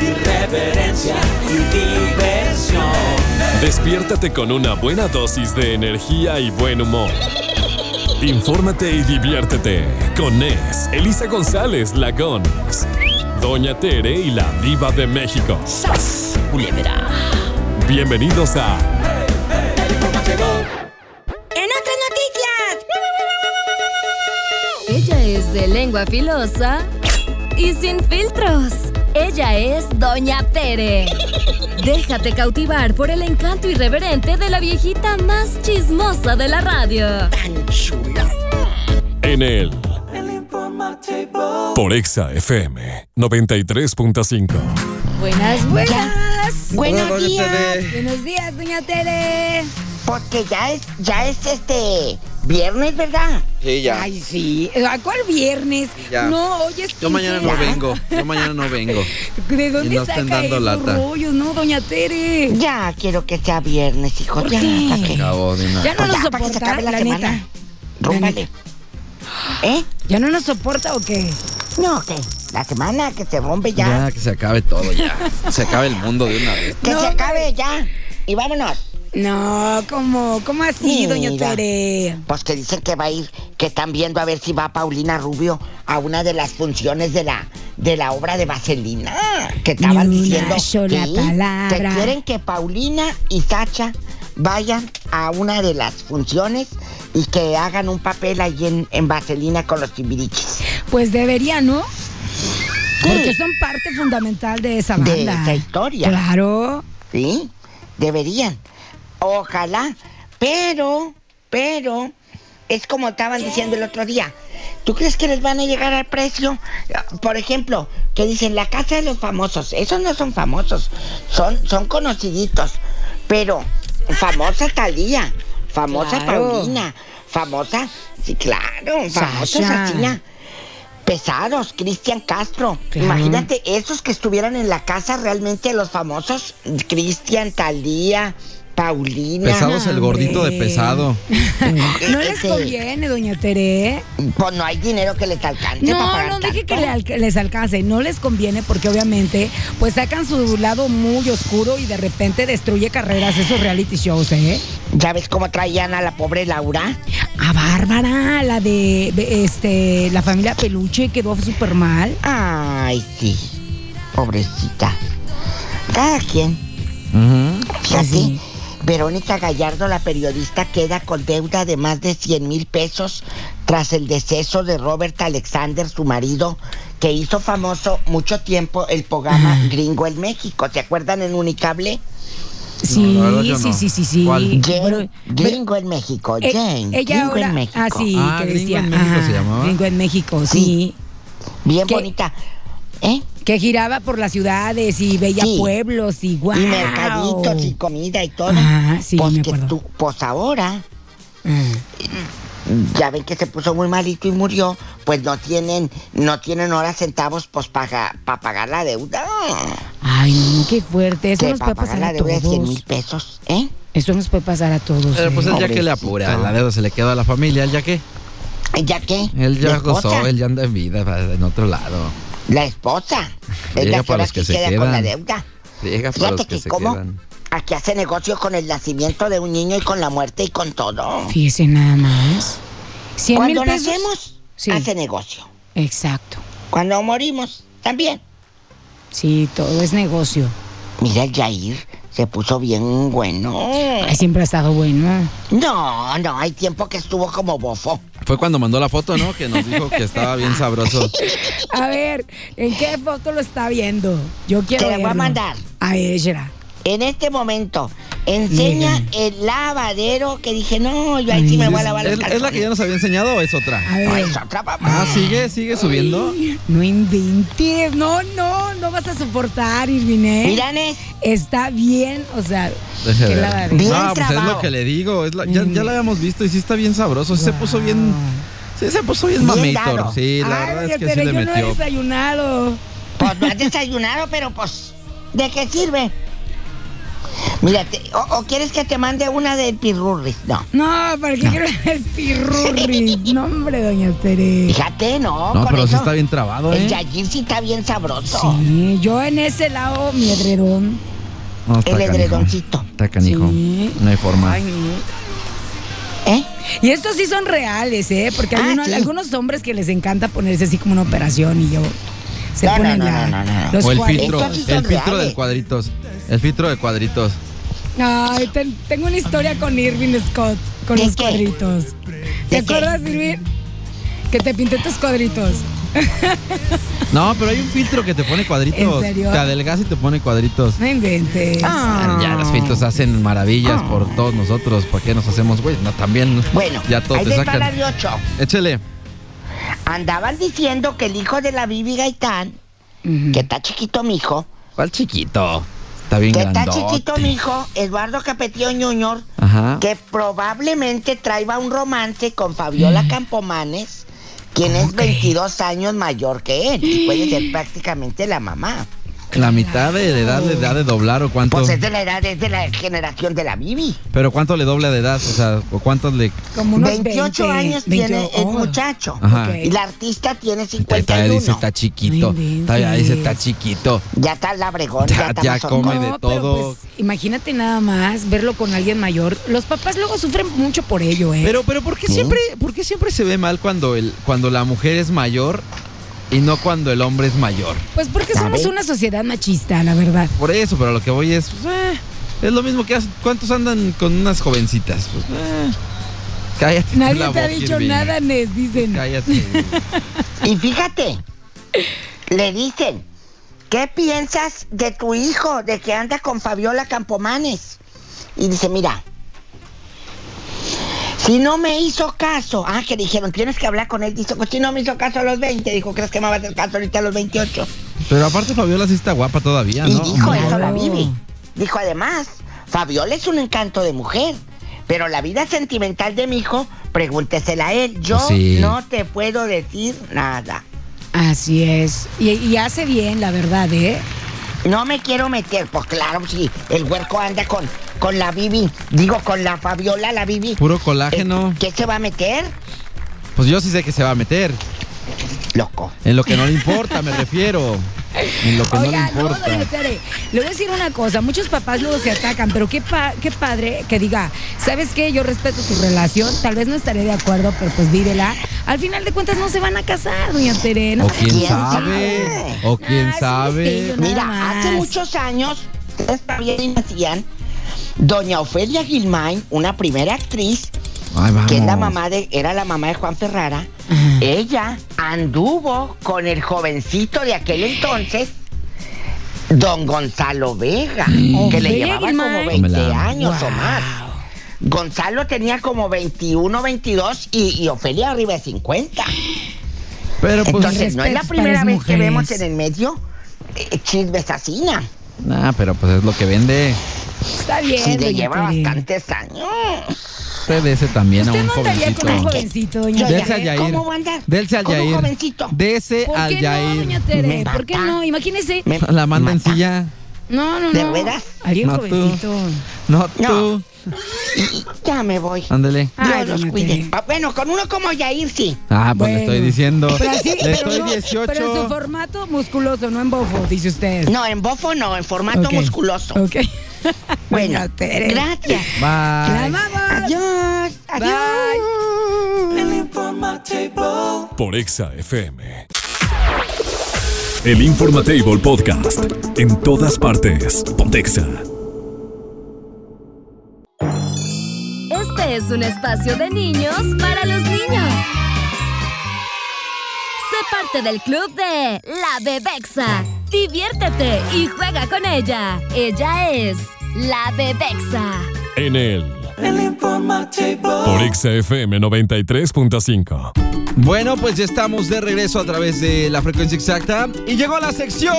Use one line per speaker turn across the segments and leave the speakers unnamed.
irreverencia y diversión.
Despiértate con una buena dosis de energía y buen humor. Infórmate y diviértete con Es, Elisa González Lagón, Doña Tere y la Diva de México. Bienvenidos a
En otras noticias,
Ella es de lengua filosa y sin filtros. Ella es Doña Tere. Déjate cautivar por el encanto irreverente de la viejita más chismosa de la radio.
En el. Por Exa FM 93.5.
Buenas, buenas.
Buenos días.
Buenos días, Doña Tere.
Porque ya es, ya es este viernes, ¿verdad?
Sí, ya.
Ay, sí. Eh, ¿A cuál viernes?
Ya.
No, hoy es
yo mañana no
quincena.
vengo. Yo mañana no vengo.
¿De dónde
Y no
saca
estén dando
esos
lata.
rollos? No, doña Tere.
Ya quiero que sea viernes, hijo.
¿Por
Ya,
qué?
¿para qué?
Acabo de una-
Ya no
Pues
nos
ya, para que se
soporta,
acabe la,
la,
semana.
neta.
Rúmbale. ¿Eh?
¿Ya no nos soporta o qué?
No, que la semana que se rompe ya.
Ya, que se acabe todo ya. Se acabe el mundo de una vez.
Que se acabe ya. Y vámonos.
No, ¿cómo? ¿Cómo así,
Mira.
doña Tere?
Pues que dicen que va a ir, que están viendo a ver si va Paulina Rubio a una de las funciones de la de la obra de Vaselina. Que estaban
Ni una
diciendo
sola
sí, que
palabra.
quieren que Paulina y Sacha vayan a una de las funciones y que hagan un papel ahí en, en Vaselina con los timbiriches.
Pues debería, ¿no? Porque son parte fundamental de esa banda.
De esa historia.
Claro.
Sí, deberían. Ojalá. Pero, pero, es como estaban diciendo el otro día. ¿Tú crees que les van a llegar al precio? Por ejemplo, que dicen la casa de los famosos. Esos no son famosos, son, son conociditos. Pero, famosa Talía, famosa
Claro.
Paulina, famosa, sí, claro, famosa
Sasha.
Sasina. Pesados, Cristian Castro.
Claro.
Imagínate, esos que estuvieran en la casa realmente los famosos, Cristian, Talía, Paulina.
Pesado es el gordito de pesado.
No les
Este,
conviene, doña Tere.
Pues no hay dinero que les alcance para
No,
pagar
no dije que
tanto.
le alca- les alcance, no les conviene porque obviamente pues sacan su lado muy oscuro y de repente destruye carreras esos reality shows, ¿eh?
¿Ya ves cómo traían a la pobre Laura?
A Bárbara, la de de, este la familia Peluche quedó súper mal.
Ay, sí. Pobrecita. Cada quien. Fíjate,
Así.
Verónica Gallardo, la periodista, queda con deuda de más de 100 mil pesos tras el deceso de Robert Alexander, su marido, que hizo famoso mucho tiempo el programa Gringo en México. ¿Se acuerdan en Unicable?
Sí,
la verdad yo
sí,
no.
sí, sí, sí.
¿Cuál?
Jane,
Pero-
Gringo en México.
Eh,
Jane,
ella
Gringo
ahora,
en México.
ah, sí,
Ah,
que
Gringo
decía,
en México se
ah,
llamaba.
Gringo en México, sí.
Bien
¿Qué?
bonita. ¿Eh?
Que giraba por las ciudades y veía
Sí.
pueblos y guau.
Y mercaditos y comida y todo.
Ah, sí,
pues,
me
que
acuerdo.
estu- pues ahora,
Mm.
ya ven que se puso muy malito y murió, pues no tienen, no tienen ahora centavos pues para pagar la deuda.
Ay, no, qué fuerte. Eso
Que
nos puede
para
pasar
pagar la
a
deuda de 100 mil
todos.
pesos, ¿eh?
Eso nos puede pasar a todos.
Pero
¿eh?
pues él ya que le apura. La deuda se le queda a la familia. ¿Él ya qué?
¿Ya qué?
Él
la
ya
esposa,
gozó. Él ya anda en vida va, en otro lado.
La esposa. Es
Llega
la que
para
ahora
los que se
sí queda con la
quedan.
deuda.
Llega para los
Fíjate
que
que
se
cómo
quedan.
aquí hace negocio con el nacimiento de un niño y con la muerte y con todo.
Fíjese nada más. 100 mil
Cuando
pesos.
nacemos,
Sí.
hace negocio.
Exacto.
Cuando morimos, también.
Sí, todo es negocio.
Mira, el Jair se puso bien bueno.
Mm.
Ay, siempre ha estado bueno.
No, no, hay tiempo que estuvo como bofo.
Fue cuando mandó la foto, ¿no? Que nos dijo que estaba bien sabroso.
A ver, ¿en qué foto lo está viendo? Yo quiero
Te la voy a
verlo.
mandar.
A ver, Shera.
En este momento, Enseña el lavadero que dije, no, yo ahí sí me voy a lavar los
¿Es, es la que ya nos había enseñado o es otra?
A
calzones.
ver,
No, es otra, papá.
Ah, sigue, sigue subiendo.
no inventes. No, no, no vas a soportar, Irvine.
Mira, Nes,
Está bien, o sea,
Deje
que
ver.
la
Bien
Ah, pues es
trabado.
lo que le digo. es la- ya, ya lo habíamos visto y sí está bien sabroso. Sí se puso bien. Sí se puso bien
Bien
mamito.
dado.
Sí, la
Ay,
verdad
oye,
es que sí
pero
le
yo no he
metió.
desayunado.
pues no has desayunado, pero pues, ¿de qué sirve? Mira, te- o, o quieres que te mande una del pirurris? No.
No, ¿para qué quiero el pirurri? No, hombre, doña Tere.
Fíjate, no.
No,
con
pero sí
eso-
está bien trabado,
El
¿eh?
yayir sí está bien sabroso.
Sí, yo en ese lado, mi edredón.
No, está
El
canijo.
edredoncito.
Está canijo.
Sí.
No hay forma.
Ay, no.
¿Eh?
Y estos sí son reales, ¿eh? Porque hay
Ah,
uno-
sí.
algunos hombres que les encanta ponerse así como una operación y yo. Se
No, no,
ponen
no,
la,
no, no, no.
los
o el
cuadritos.
filtro,
Estos sí son
el filtro
reales.
de cuadritos. El filtro de cuadritos.
Ay, ten- tengo una historia con Irving Scott, con
¿De
los
qué?
cuadritos. ¿Te
qué?
acuerdas, Irving? Que te pinté tus cuadritos.
No, pero hay un filtro que te pone cuadritos.
¿En serio?
Te adelgaza y te pone cuadritos.
No inventes.
Ah, Ya los filtros hacen maravillas por todos nosotros. ¿Para qué nos hacemos, güey? No, también.
Ah. Bueno,
ya todo
ahí
te
les va
sacan.
la de ocho.
Échele.
Andaban diciendo que el hijo de la Bibi Gaitán, que está chiquito mi hijo,
¿Cuál chiquito? Está bien
que está
grandote.
chiquito mi hijo, Eduardo Capetillo Junior,
Ajá.
que probablemente traiga un romance con
Mm.
Fabiola Campomanes, quien es 22 años mayor que él y puede ser prácticamente la mamá.
La mitad de la edad le da de doblar o cuánto.
Pues es de la edad, es de la generación de la Bibi.
Pero cuánto le dobla de edad, o sea, o cuántos le.
Como unos
28
20,
años
20,
tiene el
oh.
muchacho.
Ajá.
Ok.
Y la artista tiene
Todavía
51.
dice está chiquito.
No inventes.
Todavía dice está chiquito.
Ya está el labregón,
Ya-
ya, está
ya
más
come
hondo.
de
No,
todo.
Pero pues, imagínate nada más verlo con alguien mayor. Los papás luego sufren mucho por ello, ¿eh?
Pero, pero ¿por qué siempre, por qué siempre se ve mal cuando el, cuando la mujer es mayor y no cuando el hombre es mayor?
pues porque somos
¿Sabe?
una sociedad machista, la verdad.
Por eso, pero lo que voy es, pues, eh, es lo mismo que hace- cuántos andan con unas jovencitas. Pues, eh, cállate.
Nadie
la
te
boca,
ha dicho
Irving.
nada, Nes, dicen.
Cállate.
Y fíjate, le dicen, ¿qué piensas de tu hijo, de que anda con Fabiola Campomanes? Y dice, mira, si no me hizo caso, ah, que dijeron, tienes que hablar con él, dice, pues si no me hizo caso a los 20, dijo, ¿crees que me va a hacer caso ahorita a los 28?
Pero aparte Fabiola sí está guapa todavía,
y
Ah, ¿no?
dijo
no.
eso la Bibi. Dijo además, Fabiola es un encanto de mujer, pero la vida sentimental de mi hijo, pregúntesela a él. Yo
Sí.
no te puedo decir nada.
Así es. Y, y hace bien, la verdad, ¿eh?
No me quiero meter, pues claro, si el huerco anda con, con la Bibi, digo con la Fabiola, la Bibi.
Puro
eh,
colágeno.
¿Qué se va a meter?
Pues yo sí sé que se va a meter.
Loco.
En lo que no le importa, me refiero. En lo que
Oiga,
Pues no
no,
le
doña
importa.
Tere, le voy a decir una cosa, muchos papás luego se atacan, pero qué, pa- qué padre que diga, ¿sabes qué? Yo respeto tu relación, tal vez no estaré de acuerdo, pero pues vívela. Al final de cuentas no se van a casar, doña Tere. No
o quién
¿Quién
sabe.
sabe?
O quién
Ah, es un
sabe.
destello, ¿no?
Mira,
más.
hace muchos años, ustedes también nacían, doña Ofelia Gilmain, una primera actriz,
Ay, vamos.
que es la mamá de, era la mamá de Juan Ferrara, ella anduvo con el jovencito de aquel entonces, don Gonzalo Vega, que
Ofelia
le llevaba
Gilmain.
como 20
Tómela.
años o más. Gonzalo tenía como 21, 22 y, y Ofelia arriba de 50.
Pero pues.
Entonces, no es la
respetos
primera
para las
vez que vemos
mujeres.
en el medio eh, chismes así, ¿na?
nah, pero pues es lo que vende.
Está bien,
Sí, le
doña
lleva
Tere.
bastantes años.
Usted dese también a
Usted
un
no andaría
jovencito.
con un jovencito, doña
Yo ya
Dese
sé
al
Tere.
Yair.
¿Cómo va a andar?
Dese al
Con un
Yair.
jovencito.
Dese
¿Por
al
qué no,
Yair.
doña Tere?
Me
¿Por qué
mata.
no? Imagínese.
Me-
La manda en
mata.
silla.
No, no, no.
¿De veras?
Alguien
No, tú.
jovencito.
No,
No.
tú.
Ya me voy.
Ándele.
Ay,
Dios los
doña
cuide.
Tere.
Ah, Bueno, con uno como Yair, sí.
Ah, pues le
Bueno.
estoy diciendo.
Pero así,
le
pero
estoy
no,
18.
Pero en su formato musculoso, no en bofo, dice usted.
No, en bofo no, en formato
Ok.
musculoso.
Ok.
Bueno,
Doña Tere.
gracias.
La
Bye.
amamos.
Adiós. Adiós.
Bye.
por Exa FM. El Informatable Podcast. En todas partes. Pontexa.
Este es un espacio de niños para los niños. Sé parte del club de La Bebexa. Diviértete y juega con ella. Ella es La Bebexa.
En el. Por XFM 93.5.
Bueno, pues ya estamos de regreso a través de la frecuencia exacta. Y llegó la sección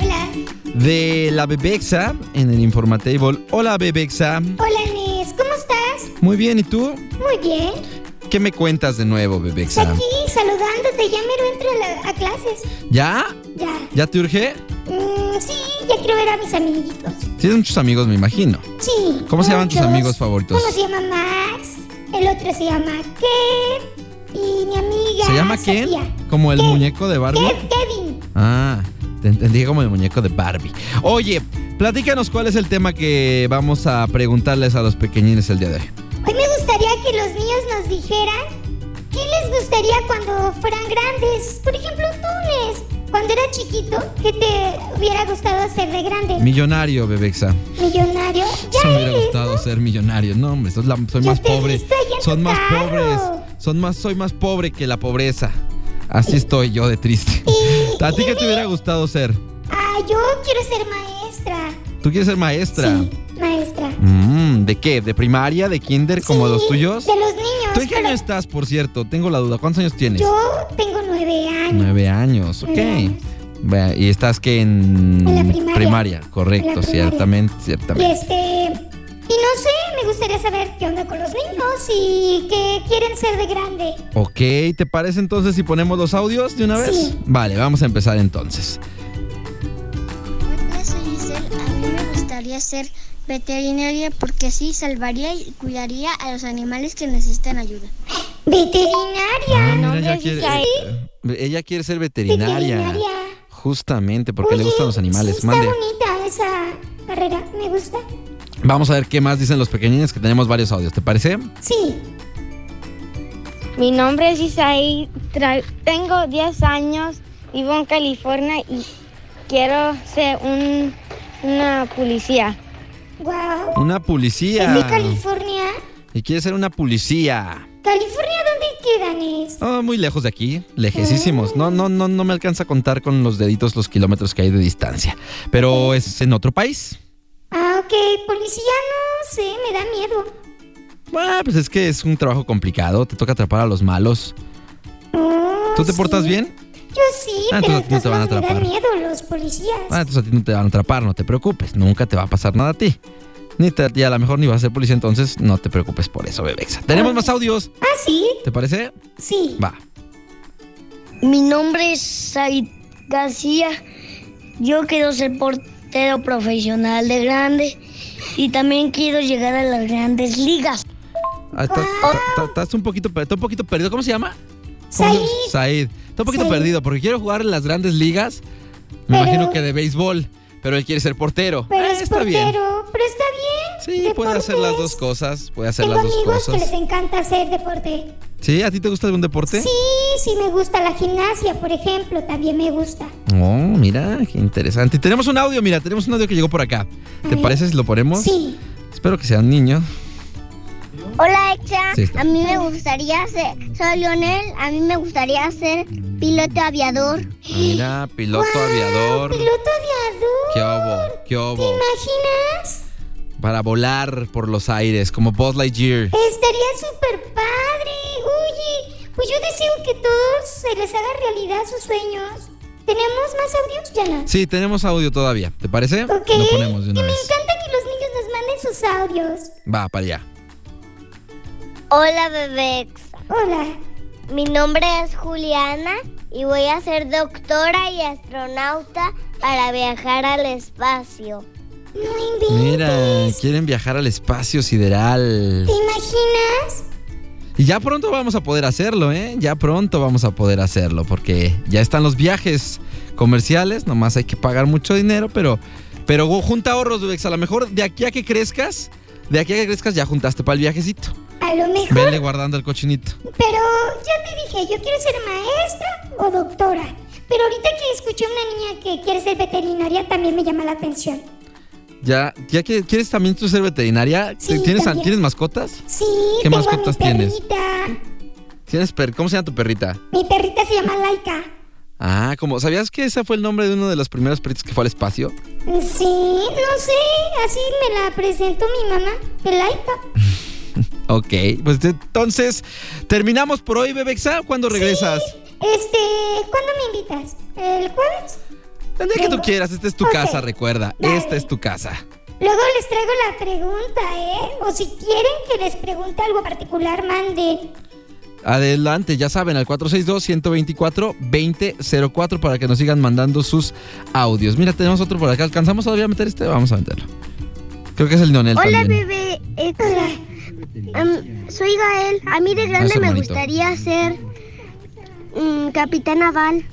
Hola,
de la Bebexa en el Informatable. Hola, Bebexa.
hola Nes, ¿cómo estás?
Muy bien, ¿y tú?
Muy bien.
¿Qué me cuentas de nuevo, Bebexa?
Aquí saludándote, ya mero entro a, la- a clases.
¿Ya?
Ya.
¿Ya te urge?
Mm, sí, ya quiero ver a mis amiguitos.
Tienes muchos amigos, me imagino.
Sí.
¿Cómo se llaman tus amigos favoritos?
Uno se llama Max, el otro se llama Kev y mi amiga.
¿Se llama Ken?
Sofía.
¿Como el
Kev.
muñeco de Barbie?
Kev, Kevin.
Ah, te entendí como el muñeco de Barbie. Oye, platícanos cuál es el tema que vamos a preguntarles a los pequeñines el día de hoy.
Hoy me gustaría que los niños nos dijeran qué les gustaría cuando fueran grandes. Por ejemplo, tú, Nes, cuando eras chiquito, ¿qué te hubiera gustado ser de grande?
Millonario, Bebexa.
Millonario. Ya
Sí, me hubiera
eres,
gustado ser millonario. No, hombre, sos la- soy
Ya
más
te
pobre.
viste ahí en
Son
tu
más
carro.
pobres. Son más, soy más pobre que la pobreza. Así estoy yo de triste. ¿A ti qué te hubiera gustado ser?
Ah, yo quiero ser maestra.
¿Tú quieres ser maestra?
Sí, maestra.
Mm, ¿De qué? ¿De primaria? ¿De kinder? ¿Como
Sí,
los tuyos?
De los niños.
¿Tú en qué
pero
año estás, por cierto? Tengo la duda. ¿Cuántos años tienes?
Yo tengo nueve años.
Nueve años, ok.
Nueve años.
Vea, Y estás que en,
En la primaria.
correcto,
En la primaria.
ciertamente,
Y
ciertamente.
este. Y no sé, me gustaría saber qué onda con los niños y qué quieren ser de grande.
Ok, ¿te parece entonces si ponemos los audios de una vez?
Sí.
Vale, vamos a empezar entonces.
Hola, soy Giselle. A mí me gustaría ser veterinaria porque así salvaría y cuidaría a los animales que necesitan ayuda.
Veterinaria.
Ah, mira,
hombre,
ella, quiere,
sí.
eh, ella quiere ser veterinaria.
Veterinaria.
Justamente, porque le
Oye,
gustan los animales.
sí está
Mande.
bonita esa carrera. Me gusta.
Vamos a ver qué más dicen los pequeñines, que tenemos varios audios, ¿te parece?
Sí.
Mi nombre es Isaí. tra- Tengo 10 años. Vivo en California y quiero ser un- una policía.
Wow.
Una
¿Es de
policía.
California?
Y quiere ser una policía.
¿California dónde quedan es?
Ah, muy lejos de aquí, lejísimos. No, no, no, no me alcanza a contar con los deditos los kilómetros que hay de distancia. Pero es en otro país.
Ah, ok. Policía, no sé, me da miedo.
Ah, pues es que es un trabajo complicado. Te toca atrapar a los malos.
Oh,
¿Tú te portas
sí.
bien?
Yo sí,
Ah,
pero
entonces no te van a
todos me dan
atrapar.
miedo los policías.
Ah, entonces a ti no te van a atrapar, no te preocupes. Nunca te va a pasar nada a ti. Ni te- y a lo mejor ni vas a ser policía, entonces no te preocupes por eso, Bebexa. Tenemos más audios,
Ah, sí,
¿te parece?
sí.
Va.
Mi nombre es Said García. Yo quiero ser portero profesional de grande y también quiero llegar a las grandes ligas.
Ah, ta- ta- ta- Estás un poquito, per- está un poquito perdido. ¿Cómo se llama? ¿Cómo se
Said,
llama? Said. Está un poquito
Said.
perdido porque quiero jugar en las grandes ligas. Me
Pero-
imagino que de béisbol, pero él quiere ser portero.
pero
Ah,
es
está bien.
portero, pero está bien.
Sí, puede hacer las dos
deportes.
cosas. Puede hacer
Tengo
las dos
amigos que
cosas.
les encanta hacer deporte.
¿Sí? ¿A ti te gusta algún deporte?
Sí, sí me gusta la gimnasia, por ejemplo, también me gusta.
Oh, mira, qué interesante. Tenemos un audio, mira, tenemos un audio que llegó por acá. ¿Te
ver.
parece si lo ponemos?
Sí.
Espero que sea un niño.
Hola, Exa.
Sí, está.
a mí me gustaría ser. Soy Lionel. A mí me gustaría ser piloto aviador.
Ah, Mira, piloto aviador.
Piloto aviador.
¿Qué obo? ¿Qué
¿Te
obo?
imaginas?
Para volar por los aires, como Buzz Lightyear.
Estaría súper padre. Oye, pues yo deseo que todos se les haga realidad sus sueños. ¿Tenemos más audios, Yana?
Sí, tenemos audio todavía. ¿Te parece?
Ok.
Lo ponemos de una
que me
vez.
encanta que los niños nos manden sus audios.
Va, para allá.
Hola, bebé Exa.
Hola.
Mi nombre es Juliana y voy a ser doctora y astronauta para viajar al espacio.
No inventes.
Mira, quieren viajar al espacio sideral.
¿Te imaginas?
Y ya pronto vamos a poder hacerlo, ¿eh? Ya pronto vamos a poder hacerlo, porque ya están los viajes comerciales, nomás hay que pagar mucho dinero, pero, pero gu- junta ahorros, Dubex. A lo mejor de aquí a que crezcas, de aquí a que crezcas ya juntaste para el viajecito.
A lo mejor.
Venle guardando el cochinito.
Pero ya te dije, yo quiero ser maestra o doctora. Pero ahorita que escuché a una niña que quiere ser veterinaria, también me llama la atención.
Ya, ya que quieres también tú ser veterinaria,
Sí,
¿tienes,
también.
¿tienes mascotas?
Sí,
¿Qué
tengo a mi
mascotas tienes?
perrita.
¿Tienes per ¿Cómo se llama tu perrita?
Mi perrita se llama Laika.
Ah, como, ¿sabías que ese fue el nombre de uno de los primeros peritos que fue al espacio?
Sí, no sé, así me la presentó mi mamá, Pelaita.
Ok, pues te- entonces terminamos por hoy, Bebexa. ¿Cuándo regresas?
Este, ¿cuándo me invitas? ¿El jueves?
El día que tú quieras, esta es tu
Ok.
casa, recuerda.
Dale.
Esta es tu casa.
Luego les traigo la pregunta, ¿eh? O si quieren que les pregunte algo particular, manden.
Adelante, ya saben, al 462-124-2004 para que nos sigan mandando sus audios. Mira, tenemos otro por acá. ¿Alcanzamos todavía a meter este? Vamos a meterlo. Creo que es el Leonel
Hola,
también.
bebé. Eh, am- soy Gael. A mí de grande me
hermanito.
gustaría ser mm, capitán naval.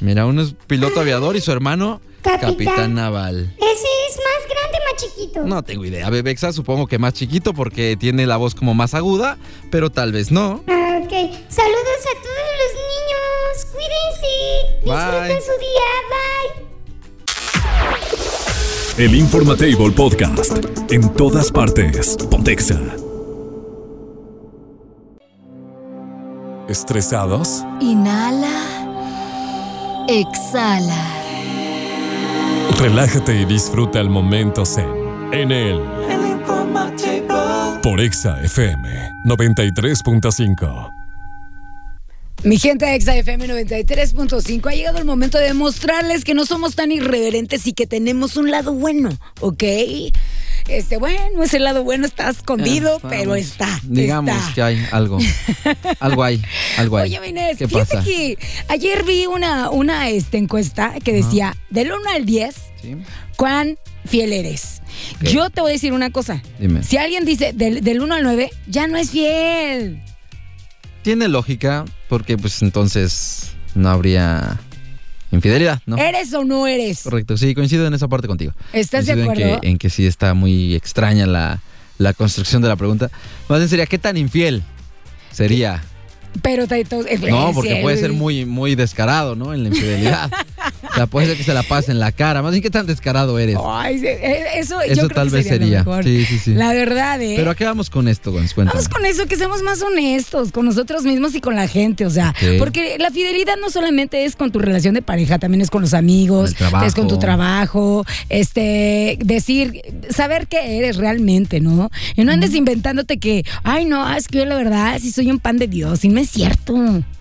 Mira, uno es piloto aviador y su hermano, capitán,
Capitán.
naval.
Eh.
Ese es más grande, más chiquito.
No tengo idea. Bebexa supongo que más chiquito porque tiene la voz como más aguda, pero tal vez no.
Ah, Ok, saludos a todos los niños. Cuídense.
Bye.
Disfruten su día. Bye.
El Informatable Podcast. En todas partes. Pontexa. ¿Estresados?
Inhala. Exhala.
Relájate y disfruta el momento zen. En el. Por Exa FM 93.5.
Mi gente de XFM 93.5 ha llegado el momento de mostrarles que no somos tan irreverentes y que tenemos un lado bueno, ¿ok? Este, bueno, ese lado bueno está escondido,
Eh,
pero
vamos.
está.
Digamos
está.
que hay algo. Algo hay. Algo hay.
Oye, Inés,
¿Qué
fíjate
pasa?
que ayer vi una, una este, encuesta que decía, del 1 al 10,
Sí.
¿cuán fiel eres?
Ok.
Yo te voy a decir una cosa.
Dime.
Si alguien dice del, del 1 al 9, ya no es fiel.
Tiene lógica porque pues entonces no habría infidelidad, ¿no?
¿Eres o no eres?
Correcto, sí, coincido en esa parte contigo.
Eh. ¿Estás de
Coincido En
acuerdo?
que, en que sí está muy extraña la, la construcción de la pregunta. Más bien sería, ¿qué tan infiel sería?
Pero te- te-
No,
es
porque
el-
puede ser muy, muy descarado, ¿no? En la infidelidad. o sea, puede ser que se la pase en la cara. Más bien, ¿qué tan descarado eres?
Ay, se- e- eso, yo
Eso
creo
tal
que
vez
sería,
sería.
lo mejor.
Sí, sí, sí.
La verdad, ¿eh?
Pero ¿a qué vamos con esto, Gonz? Cuéntame.
Vamos con eso, que seamos más honestos con nosotros mismos y con la gente, o sea,
Ok.
porque la fidelidad no solamente es con tu relación de pareja, también es con los amigos,
El trabajo.
es con tu trabajo, este, decir, saber qué eres realmente, ¿no? Y no andes inventándote que, ay, no, es que yo la verdad sí soy un pan de Dios, y no es cierto.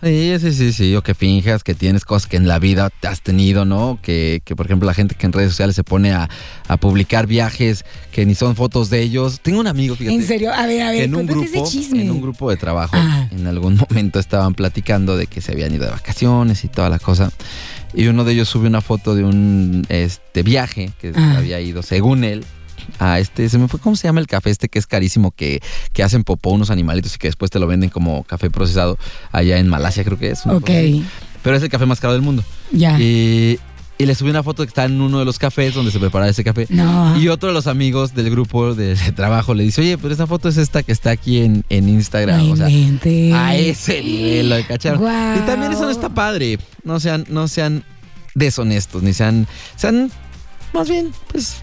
Sí, sí, sí, sí. O que finjas que tienes cosas que en la vida te has tenido, ¿no? Que, que por ejemplo, la gente que en redes sociales se pone a, a publicar viajes que ni son fotos de ellos. Tengo un amigo, fíjate.
En serio, a ver, a
que
ver,
en un
cuéntate
grupo,
ese chisme.
en un grupo de trabajo,
Ah.
en algún momento estaban platicando de que se habían ido de vacaciones y toda la cosa. Y uno de ellos sube una foto de un este viaje que
Ah.
había ido, según él, a este, se me fue, ¿cómo se llama el café este que es carísimo que, que hacen popó unos animalitos y que después te lo venden como café procesado allá en Malasia, creo que es. una
Ok, Ah.
cosa así. Pero es el café más caro del mundo.
ya.
Y, y le subí una foto que está en uno de los cafés donde se prepara ese café.
no.
Y otro de los amigos del grupo de, de trabajo le dice, oye, pero esa foto es esta que está aquí en, en Instagram.
no
o sea,
inventes.
a ese nivel lo cacharon.
Guau.
Y también eso no está padre. No sean, no sean deshonestos, ni sean, sean más bien, pues,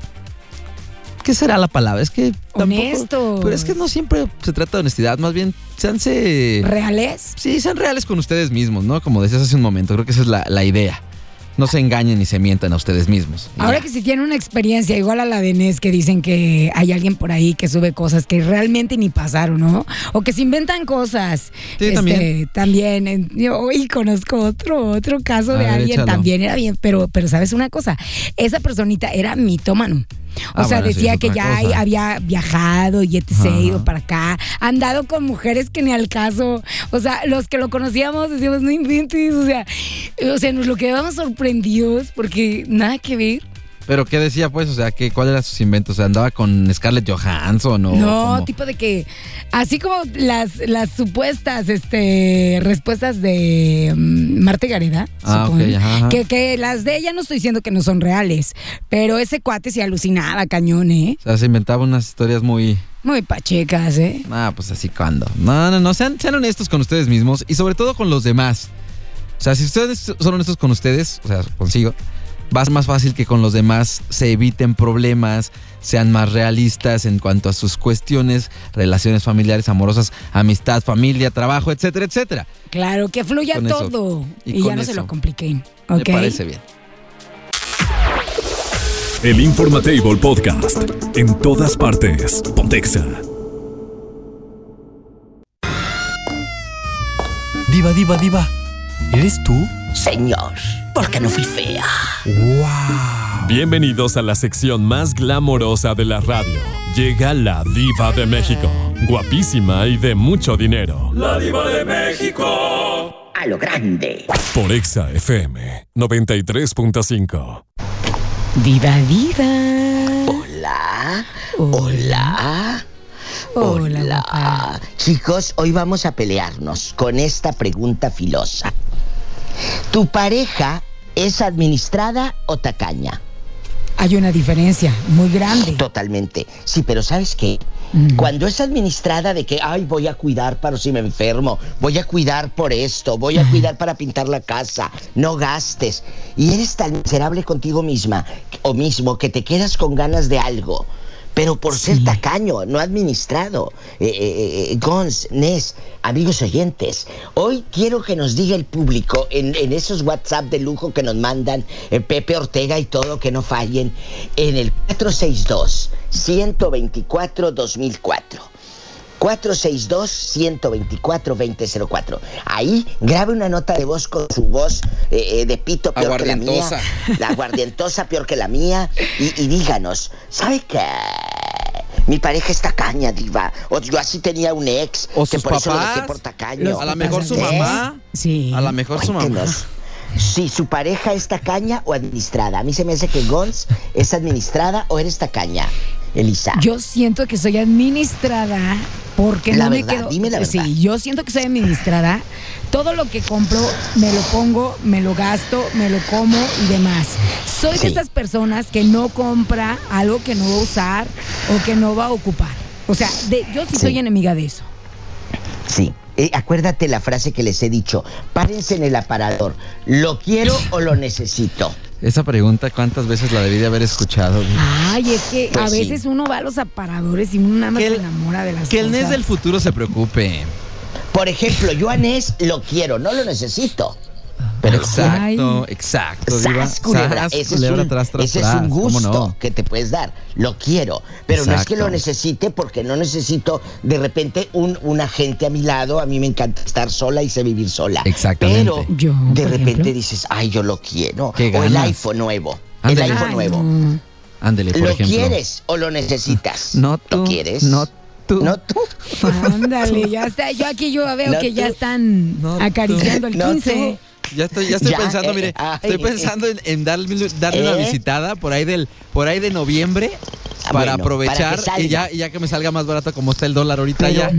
¿qué será la palabra? Es que tampoco...
Honestos.
Pero es que no siempre se trata de honestidad, más bien, seanse...
¿Reales?
Sí, sean reales con ustedes mismos, ¿no? Como decías hace un momento, creo que esa es la, la idea. No se engañen ni se mientan a ustedes mismos. Y
Ahora
ya.
que si tienen una experiencia igual a la de Nes que dicen que hay alguien por ahí que sube cosas que realmente ni pasaron, ¿no? O que se inventan cosas. Este,
Sí, también.
También. en- Yo hoy conozco otro, otro caso
A
de
ver,
alguien
échalo.
también era bien, pero, pero sabes una cosa, esa personita era mitómano. O
Ah,
sea,
bueno, sí,
decía
es
que
otra
ya
cosa.
había viajado y etc,
Ajá.
ido para acá, andado con mujeres que ni al caso, o sea, los que lo conocíamos decíamos, no inventes, o sea, o sea, nos lo quedábamos sorprendidos porque nada que ver.
Pero ¿qué decía pues? O sea, ¿qué, ¿cuál era sus inventos? O sea, ¿andaba con Scarlett Johansson o
No,
como-
tipo de que, así como las, las supuestas este, respuestas de mm, Marta Gareda,
Ah,
supongo,
ok, ajá, ajá.
que, que las de ella no estoy diciendo que no son reales, pero ese cuate se alucinaba, cañón, ¿eh?
O sea, se inventaba unas historias muy...
Muy pachecas, ¿eh?
Ah, pues así cuando. No, no, no, sean, sean honestos con ustedes mismos y sobre todo con los demás. O sea, si ustedes son honestos con ustedes, o sea, consigo, va a ser más fácil que con los demás se eviten problemas, sean más realistas en cuanto a sus cuestiones, relaciones familiares, amorosas, amistad, familia, trabajo, etcétera, etcétera.
Claro, que fluya
Con eso.
todo.
Y
Y, ya
con
no
eso.
se lo compliqué.
Me
¿Ok?
parece bien.
El Informatable Podcast. En todas partes. Pontexa.
Diva, diva, diva. ¿Eres tú?
Señor, porque no fui fea.
Bienvenidos a la sección más glamorosa de la radio. Llega la diva de México. Guapísima y de mucho dinero.
La diva de México.
A lo grande.
Por Exa FM 93.5.
Diva, diva.
Hola, hola,
Hola, guapa.
hola. Chicos, hoy vamos a pelearnos con esta pregunta filosa. ¿Tu pareja es administrada o tacaña?
Hay una diferencia muy grande.
Totalmente. Sí, pero ¿sabes qué?
Mm.
Cuando es administrada de que, ay, voy a cuidar para si me enfermo, voy a cuidar por esto, voy a cuidar para pintar la casa, no gastes. Y eres tan miserable contigo misma o mismo que te quedas con ganas de algo. Pero por ser
Sí.
tacaño, no administrado. Eh, eh, eh, Gons, Nes, amigos oyentes, hoy quiero que nos diga el público en, en esos WhatsApp de lujo que nos mandan eh, Pepe Ortega y todo, que no fallen, en el 462-124-2004. 462-124-2004. Ahí grabe una nota de voz con su voz eh, eh, de pito peor que la mía.
Aguardientosa.
La aguardientosa peor que la mía. Y, y díganos, ¿sabe qué? Mi pareja es tacaña, diva. O yo así tenía un ex.
O
que
sus
por eso lo dejé
papás.
por tacaño. ¿Eh?
Los
A lo ¿Eh?
papás
mejor su
antes.
mamá.
Sí.
A lo mejor su mamá.
Cuéntenos, Si su pareja es tacaña o administrada. A mí se me hace que Gons es administrada o eres tacaña. Elisa.
Yo siento que soy administrada porque
La
no me
verdad,
quedo.
dime la verdad.
Sí, yo siento que soy administrada. Todo lo que compro me lo pongo, me lo gasto, me lo como y demás. Soy
Sí.
de esas personas que no compra algo que no va a usar o que no va a ocupar. O sea, de- yo sí,
Sí.
soy enemiga de eso.
Sí. Eh, acuérdate la frase que les he dicho. Párense en el aparador. ¿Lo quiero o lo necesito?
Esa pregunta, ¿cuántas veces la debí de haber escuchado?
Ay, es que
Pues
a
sí.
veces uno va a los aparadores y uno nada más
Que
se
el-
enamora de las
Que el
cosas.
NES del futuro se preocupe.
Por ejemplo, yo a Nes lo quiero, no lo necesito. Pero
Exacto, exacto. Diva.
Sas, culebra,
Sas,
ese,
culebra,
es un,
tras, tras,
ese es
tras.
un
¿Cómo
gusto
no?
que te puedes dar. Lo quiero, pero no es que lo
Exacto.
necesite porque no necesito de repente un, una gente a mi lado. A mí me encanta estar sola y sé vivir sola.
Exactamente.
Pero
Yo,
de
por
repente
ejemplo.
dices, ay, yo lo quiero.
Qué
O el
ganas.
iPhone nuevo.
Ándale.
El
Ay,
iPhone nuevo.
no.
Ándele, por
¿Lo
ejemplo.
quieres o lo necesitas?
No tú.
¿Lo quieres?
No tú.
No tú.
Ándale, ya está. Yo aquí yo veo
No
que ya
tú.
están
No
acariciando el
No
15.
tú.
Ya estoy, ya estoy
Ya,
pensando,
eh,
mire,
ay,
estoy pensando en, en darle, darle una
¿Eh?
visitada por ahí del, por ahí de noviembre para
Ah, bueno, para
aprovechar
que salga.
y ya, y ya que me salga más barato como está el dólar ahorita
Pero
ya.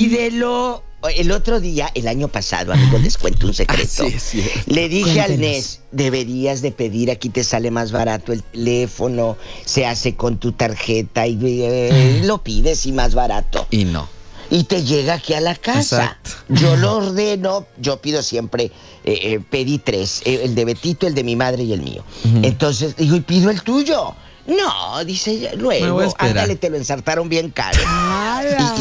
pídelo. El otro día, el año pasado, amigo, les cuento un secreto.
Así es, sí.
Le dije al
Cuéntenos.
NES, deberías de pedir, aquí te sale más barato el teléfono, se hace con tu tarjeta y eh, lo pides y más barato.
Y no.
Y te llega aquí a la casa.
Exacto.
Yo lo ordeno, yo pido siempre, eh, eh, pedí tres, eh, el de Betito, el de mi madre y el mío. Entonces digo, y pido el tuyo. No, dice ella,
Me voy a
luego,
esperar.
ándale, te lo ensartaron bien caro.
¡Hala!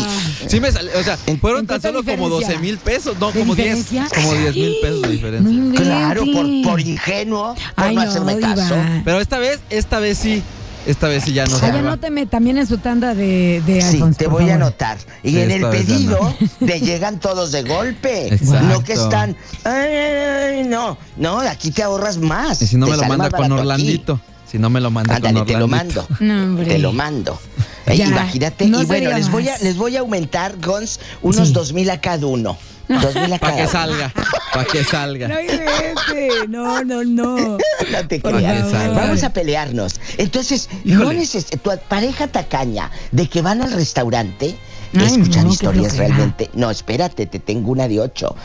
Sí me sale, o sea, fueron tan
cuánta
solo como
diferencia?
12 mil pesos, no,
¿De
como 10.
diferencia?
Como 10 mil pesos de diferencia.
No
Claro, por,
inventes.
por ingenuo, por
Ah, Ay,
no
no,
hacerme caso.
diva.
Pero esta vez, esta vez sí, esta vez sí ya no.
Ah,
se
ya
va.
anóteme también en su tanda de, de
Sí,
iPhones,
te
por
voy a
favor.
anotar. Y
Sí,
en el
esta vez
pedido te llegan todos de golpe.
Exacto.
No que están. "Ay, ay, ay", no, no, aquí te ahorras más.
Y si no
Te
me lo
sale
manda
más
con
barato
Orlandito.
aquí.
Si no me lo manda
Ándale,
con
te lo
Orlandito.
mando.
No, hombre.
Te lo mando. Eh,
Ya,
imagínate.
no
y bueno,
sería
les voy, a,
más.
les voy a aumentar, Gons, unos
Sí.
dos mil a cada uno. Dos mil a
Para
cada
que
uno.
salga, para que salga.
No, inventes. este. no, no, no.
No te
Por
creas.
favor.
Vamos a pelearnos. Entonces, no neces- tu pareja tacaña de que van al restaurante, he
Ay,
escuchado
no, qué
historias
flojera.
realmente. No, espérate, te tengo una de ocho.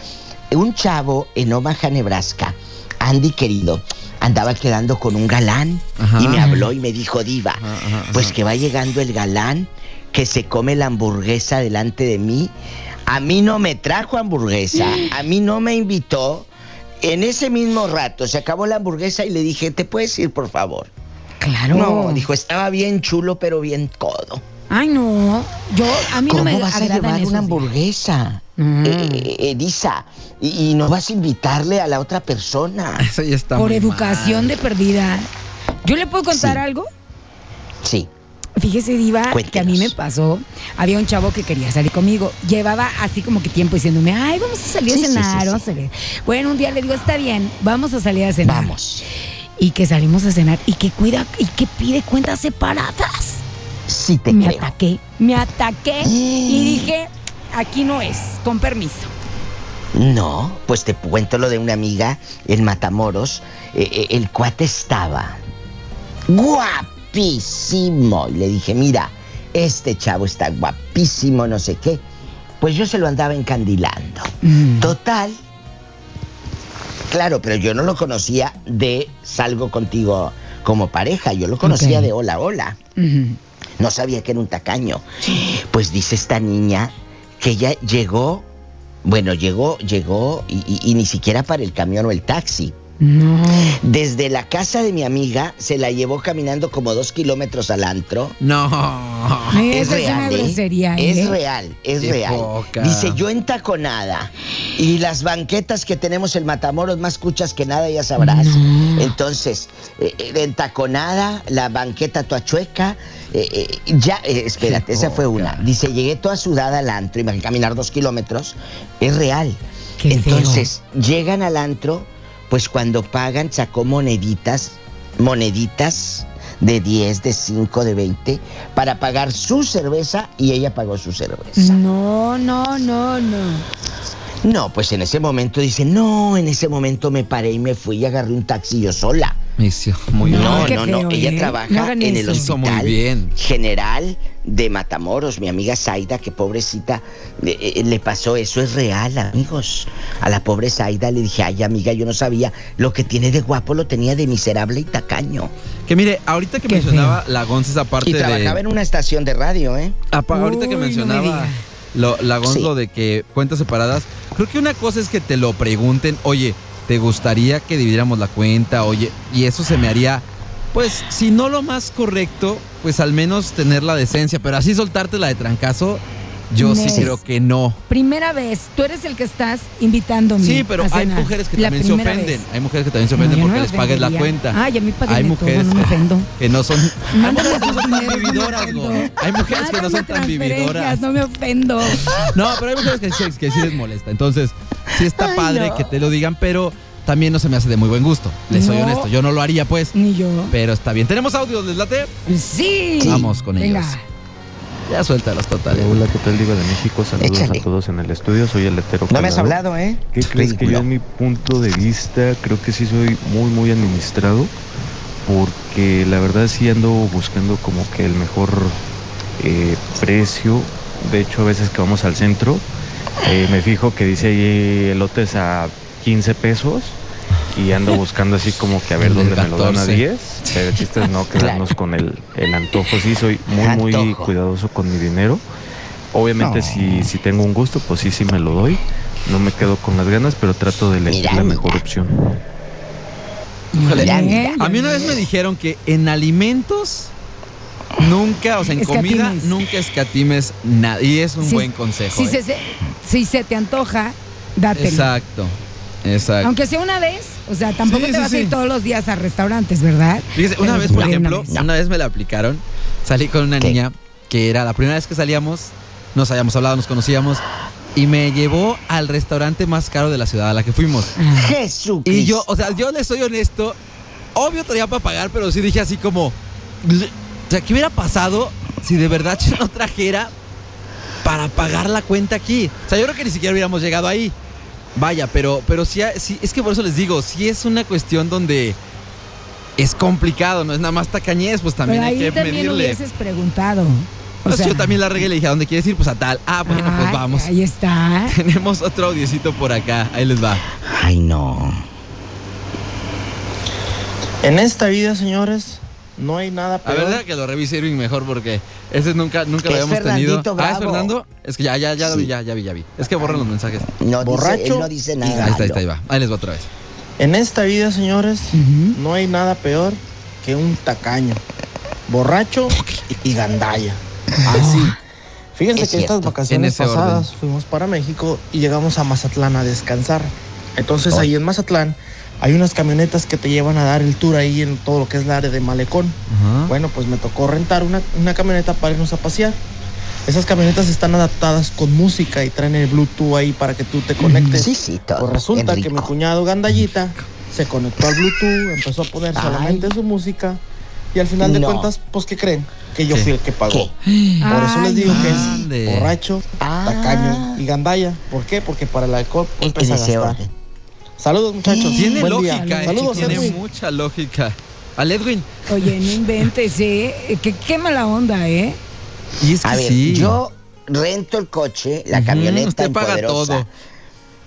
Un chavo en Omaha, Nebraska, Andy querido, andaba quedando con un galán
Ajá.
y me habló y me dijo, Diva,
ajá, ajá.
pues que va llegando el galán que se come la hamburguesa delante de mí. A mí no me trajo hamburguesa, a mí no me invitó. En ese mismo rato se acabó la hamburguesa y le dije, ¿te puedes ir, por favor?
Claro.
No, dijo, estaba bien chulo, pero bien codo.
Ay, no. Yo, a mí no
¿Cómo
me
vas a
agradan
llevar
esos
una
días.
hamburguesa,
Mm.
eh, eh, eh, Elisa? Y, y no vas a invitarle a la otra persona.
Eso ya está.
Por
muy
educación
mal.
de perdida. ¿Yo le puedo contar
Sí.
algo?
Sí.
Fíjese, Diva, que a mí me
Cuéntenos.
pasó. Había un chavo que quería salir conmigo. Llevaba así como que tiempo diciéndome, ay, vamos a salir
Sí,
a
sí, sí,
cenar,
sí.
vamos a salir". Bueno, un día le digo, está bien, vamos a salir a cenar.
Vamos.
Y que salimos a cenar y que cuida y que pide cuentas separadas.
Sí te
me
creo.
ataqué, me ataqué y
Mm.
dije, aquí no es, con permiso.
No, pues te cuento lo de una amiga en Matamoros. Eh, eh, el cuate estaba guapísimo. Y le dije, mira, este chavo está guapísimo, no sé qué. Pues yo se lo andaba encandilando. Total. Claro, pero yo no lo conocía de salgo contigo como pareja. Yo lo conocía
Ok.
de hola, hola.
Ujú.
No sabía que era un tacaño. Pues dice esta niña que ella llegó, bueno, llegó, llegó y, y- y ni siquiera para el camión o el taxi.
No.
Desde la casa de mi amiga se la llevó caminando como dos kilómetros al antro.
No.
Ah, Es
Esa es una
real, ¿eh?
grosería. ¿eh?
es real, es
Qué
real.
poca.
Dice yo en taconada y las banquetas que tenemos en Matamoros más cuchas que nada ya sabrás.
No.
Entonces eh, eh, en taconada la banqueta toda chueca eh, eh, ya eh, espérate
Qué
esa fue
poca.
una. Dice llegué toda sudada al antro y caminar dos kilómetros es real.
Qué feo.
Entonces llegan al antro pues cuando pagan sacó moneditas moneditas de 10, de 5, de 20, para pagar su cerveza y ella pagó su cerveza.
No, no, no, no.
No, pues en ese momento dice, no, en ese momento me paré y me fui y agarré un taxi yo sola.
Hizo muy
No,
bien.
no,
qué
no,
feo,
ella
¿eh?
trabaja
No hagan
en el
eso.
Hizo muy
hospital
bien.
general de Matamoros, mi amiga Zaida, que pobrecita eh, eh, le pasó eso, es real, amigos. A la pobre Zaida le dije, ay amiga, yo no sabía, lo que tiene de guapo lo tenía de miserable y tacaño.
Que mire, ahorita que
Qué
mencionaba la Gonza esa parte
Y
de.
trabajaba en una estación de radio, ¿eh?
Apa- ahorita
Uy,
que
no me
mencionaba
diga.
lo- la Gonz,
Sí.
lo de que cuentas separadas, creo que una cosa es que te lo pregunten, oye, ¿te gustaría que dividiéramos la cuenta? Oye, y eso se me haría, pues, si no lo más correcto, pues al menos tener la decencia, pero así soltarte la de trancazo, yo sí
Nes.
creo que no.
Primera vez, tú eres el que estás invitándome.
Sí, pero
a
hay
cenar.
mujeres que
La
también se
primera
ofenden.
vez.
Hay mujeres que también se
No,
ofenden
yo no
porque
me
les pagues la
ofendería.
cuenta.
Ay, a mí páguenme
Hay
todo,
mujeres
no me ofendo.
que no son.
Mándame
Hay mujeres que no son tan
sus dineros,
vividoras,
no me
Gon.
ofendo.
Hay mujeres que no son
Háganme
tan vividoras.
transferencias, No me ofendo.
No, pero hay mujeres que sí, que sí les molesta. Entonces, sí está padre que te lo digan, pero también no se me hace de muy buen gusto. Les soy
No.
honesto, yo no lo haría pues.
Ni yo.
Pero está bien. ¿Tenemos audios? ¿Les late?
Sí.
Vamos con
Venga.
ellos. Ya suelta los totales.
Hola, ¿qué tal, Diva de México? Saludos
Échale.
a todos en el estudio. Soy el hetero.
No me has
calado.
hablado, ¿eh?
¿Qué crees que yo, en mi punto de vista, creo que sí soy muy, muy administrado? Porque la verdad sí ando buscando como que el mejor eh, precio. De hecho, a veces que vamos al centro, eh, me fijo que dice ahí elotes a 15 pesos. Y ando buscando así como que a ver
El del
dónde me lo dan a
14.
10. Pero el chiste es no quedarnos con el, el antojo. Sí, soy muy, muy
Antojo.
cuidadoso con mi dinero. Obviamente si, si tengo un gusto, pues sí, sí me lo doy. No me quedo con las ganas, pero trato de elegir
Mira,
la
mira.
mejor opción.
Híjole.
Ya, mira.
A mí una vez me dijeron que en alimentos nunca, o sea, en comida
Escatimes.
nunca escatimes nada. Y es un
Sí.
buen consejo.
Si
¿eh?
se, se- si se te antoja, dátelo.
Exacto. Exacto.
Aunque sea una vez, o sea, tampoco
Sí,
te
sí,
vas a
sí.
ir todos los días a restaurantes, ¿verdad?
Fíjese, una
Pero
vez, por
no,
ejemplo,
una
una vez. me la aplicaron. Salí con una
¿Qué?
niña que era la primera vez que salíamos, nos habíamos hablado, nos conocíamos, y me llevó al restaurante más caro de la ciudad a la que fuimos.
Ah.
Jesús.
Y yo, o sea, yo le soy honesto, obvio traía para pagar, pero sí dije así como, "L- o sea, ¿qué hubiera pasado si de verdad yo no trajera para pagar la cuenta aquí? O sea, yo creo que ni siquiera hubiéramos llegado ahí. Vaya, pero, pero sí, ha- sí, es que por eso les digo, sí es una cuestión donde es complicado, no es nada más tacañez, pues también
Pero
hay
ahí
que
también
medirle.
hubieses preguntado. O
Pues
sea,
yo también la regué y le dije, ¿a dónde quieres ir? Pues a tal. Ah, bueno, pues
ay,
vamos.
Ahí está.
Tenemos otro audiecito por acá, ahí les va.
Ay, no.
En esta vida, señores, no hay nada
La
peor.
verdad que lo revise Irving mejor porque ese nunca, nunca lo
Es
habíamos
Fernandito
tenido. Ah, ¿es
Bravo.
Fernando? Es que ya, ya, ya lo vi,
Sí.
ya, ya vi, ya vi. Es que borran los mensajes.
No dice-
¿Borracho?
él no dice nada.
ahí está, ahí está, ahí
malo.
va. Ahí les va otra vez.
En esta vida, señores, no hay nada peor que un tacaño, borracho y gandalla. Así. Fíjense
Es
que
cierto.
estas vacaciones
En ese
pasadas
orden.
fuimos para México y llegamos a Mazatlán a descansar. Entonces
Oh.
ahí en Mazatlán hay unas camionetas que te llevan a dar el tour ahí en todo lo que es la área de Malecón. Bueno, pues me tocó rentar una, una camioneta para irnos a pasear. Esas camionetas están adaptadas con música y traen el Bluetooth ahí para que tú te conectes.
Sí, sí, todo.
Pues resulta
bien
que mi
rico.
cuñado Gandallita se conectó al Bluetooth, empezó a poner solamente su música y al final de
No.
cuentas, pues ¿qué creen? Que yo fui el que pagó. Por eso les digo que es borracho, tacaño y gandalla. ¿Por qué? Porque para el alcohol pues,
En
empieza a
ese
gastar.
orden.
Saludos muchachos.
Tiene
Buen día.
lógica, eh,
Saludos,
tiene
Edwin.
mucha lógica. Al Edwin.
Oye, no inventes, ¿eh? Qué, qué mala onda, ¿eh?
Y es que
a ver,
sí.
yo rento el coche, la
Ujú,
camioneta
usted paga
empoderosa,
todo.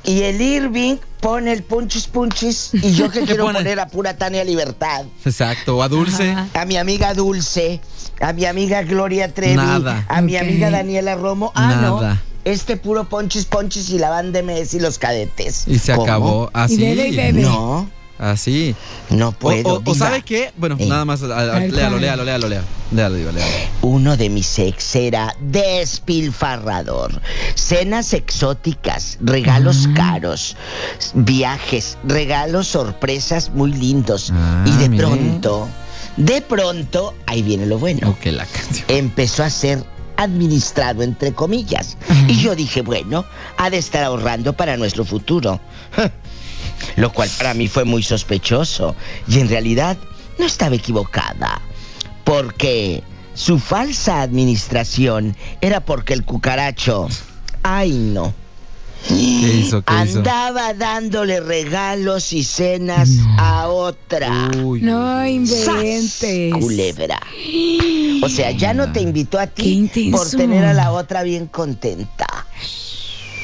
Y el Irving pone el punchis punchis y yo que
¿Qué
quiero
pone?
poner a pura Tania Libertad,
Exacto, o a Dulce.
a mi amiga Dulce, a mi amiga Gloria Trevi,
Nada.
a mi
Ok.
amiga Daniela Romo, ah
Nada.
no, este puro ponchis ponchis y la banda MS y los cadetes.
Y se
¿Cómo?
acabó así.
Y bebe y bebe.
No,
Así.
no puedo.
o, o- o
diva.
sabe qué? Bueno,
Eh.
nada más. a- a-
Tal
léalo,
cual.
léalo, léalo, léalo. Léalo, digo, léalo.
Uno de mis ex era despilfarrador. Cenas exóticas, regalos caros, s- viajes, regalos sorpresas muy lindos.
Ah,
y de
mire.
pronto, de pronto, ahí viene lo bueno.
Ok, la canción.
Empezó a ser administrado entre comillas. Y yo dije, bueno, ha de estar ahorrando para nuestro futuro. Lo cual para mí fue muy sospechoso. Y en realidad no estaba equivocada. Porque su falsa administración era porque el cucaracho... Ay no.
¿Qué hizo? ¿Qué hizo?
Andaba dándole regalos y cenas a otra.
Uy.
No
¡Sas,
inventes.
culebra. O sea, ya no te invitó a
Qué
ti
intenso.
por tener a la otra bien contenta.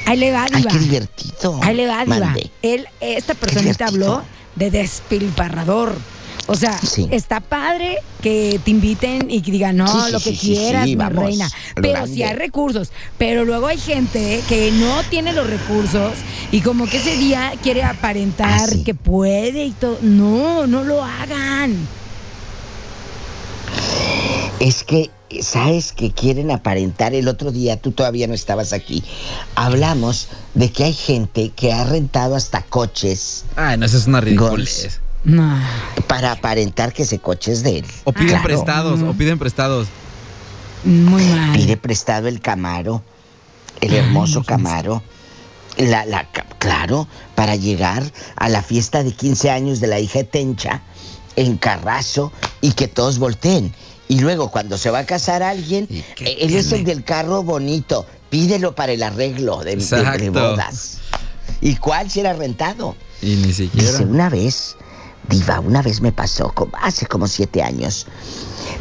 Ahí le va,
Ay,
Diva.
qué divertido.
Ahí le va, Diva.
Oh, Mande.
Él, esta personita
divertido.
habló de despilfarrador. O sea,
Sí.
está padre que te inviten y que digan, no,
Sí, sí,
lo
sí,
que
sí,
quieras,
sí,
mi
vamos,
reina.
lo
Pero
grande.
si hay recursos. Pero luego hay gente que no tiene los recursos y como que ese día quiere aparentar
Ah, sí.
que puede y todo. No, no lo hagan.
Es que, ¿sabes que quieren aparentar? El otro día, tú todavía no estabas aquí. Hablamos de que hay gente que ha rentado hasta coches
Ay, Ah, no, eso es una ridiculez.
No.
para aparentar que ese coche es de él.
O piden
Claro,
prestados, o piden prestados.
Muy mal.
Pide prestado el Camaro, el hermoso Camaro. La, la, ca- claro, para llegar a la fiesta de 15 años de la hija de Tencha en Carrazo y que todos volteen. Y luego cuando se va a casar alguien,
¿Y qué
eh, él es el
tiene?
del carro bonito, pídelo para el arreglo de, de- de
Exacto.
bodas. ¿Y cuál si era rentado?
Y ni siquiera.
Dice, una vez, diva, una vez me pasó, co- hace como siete años.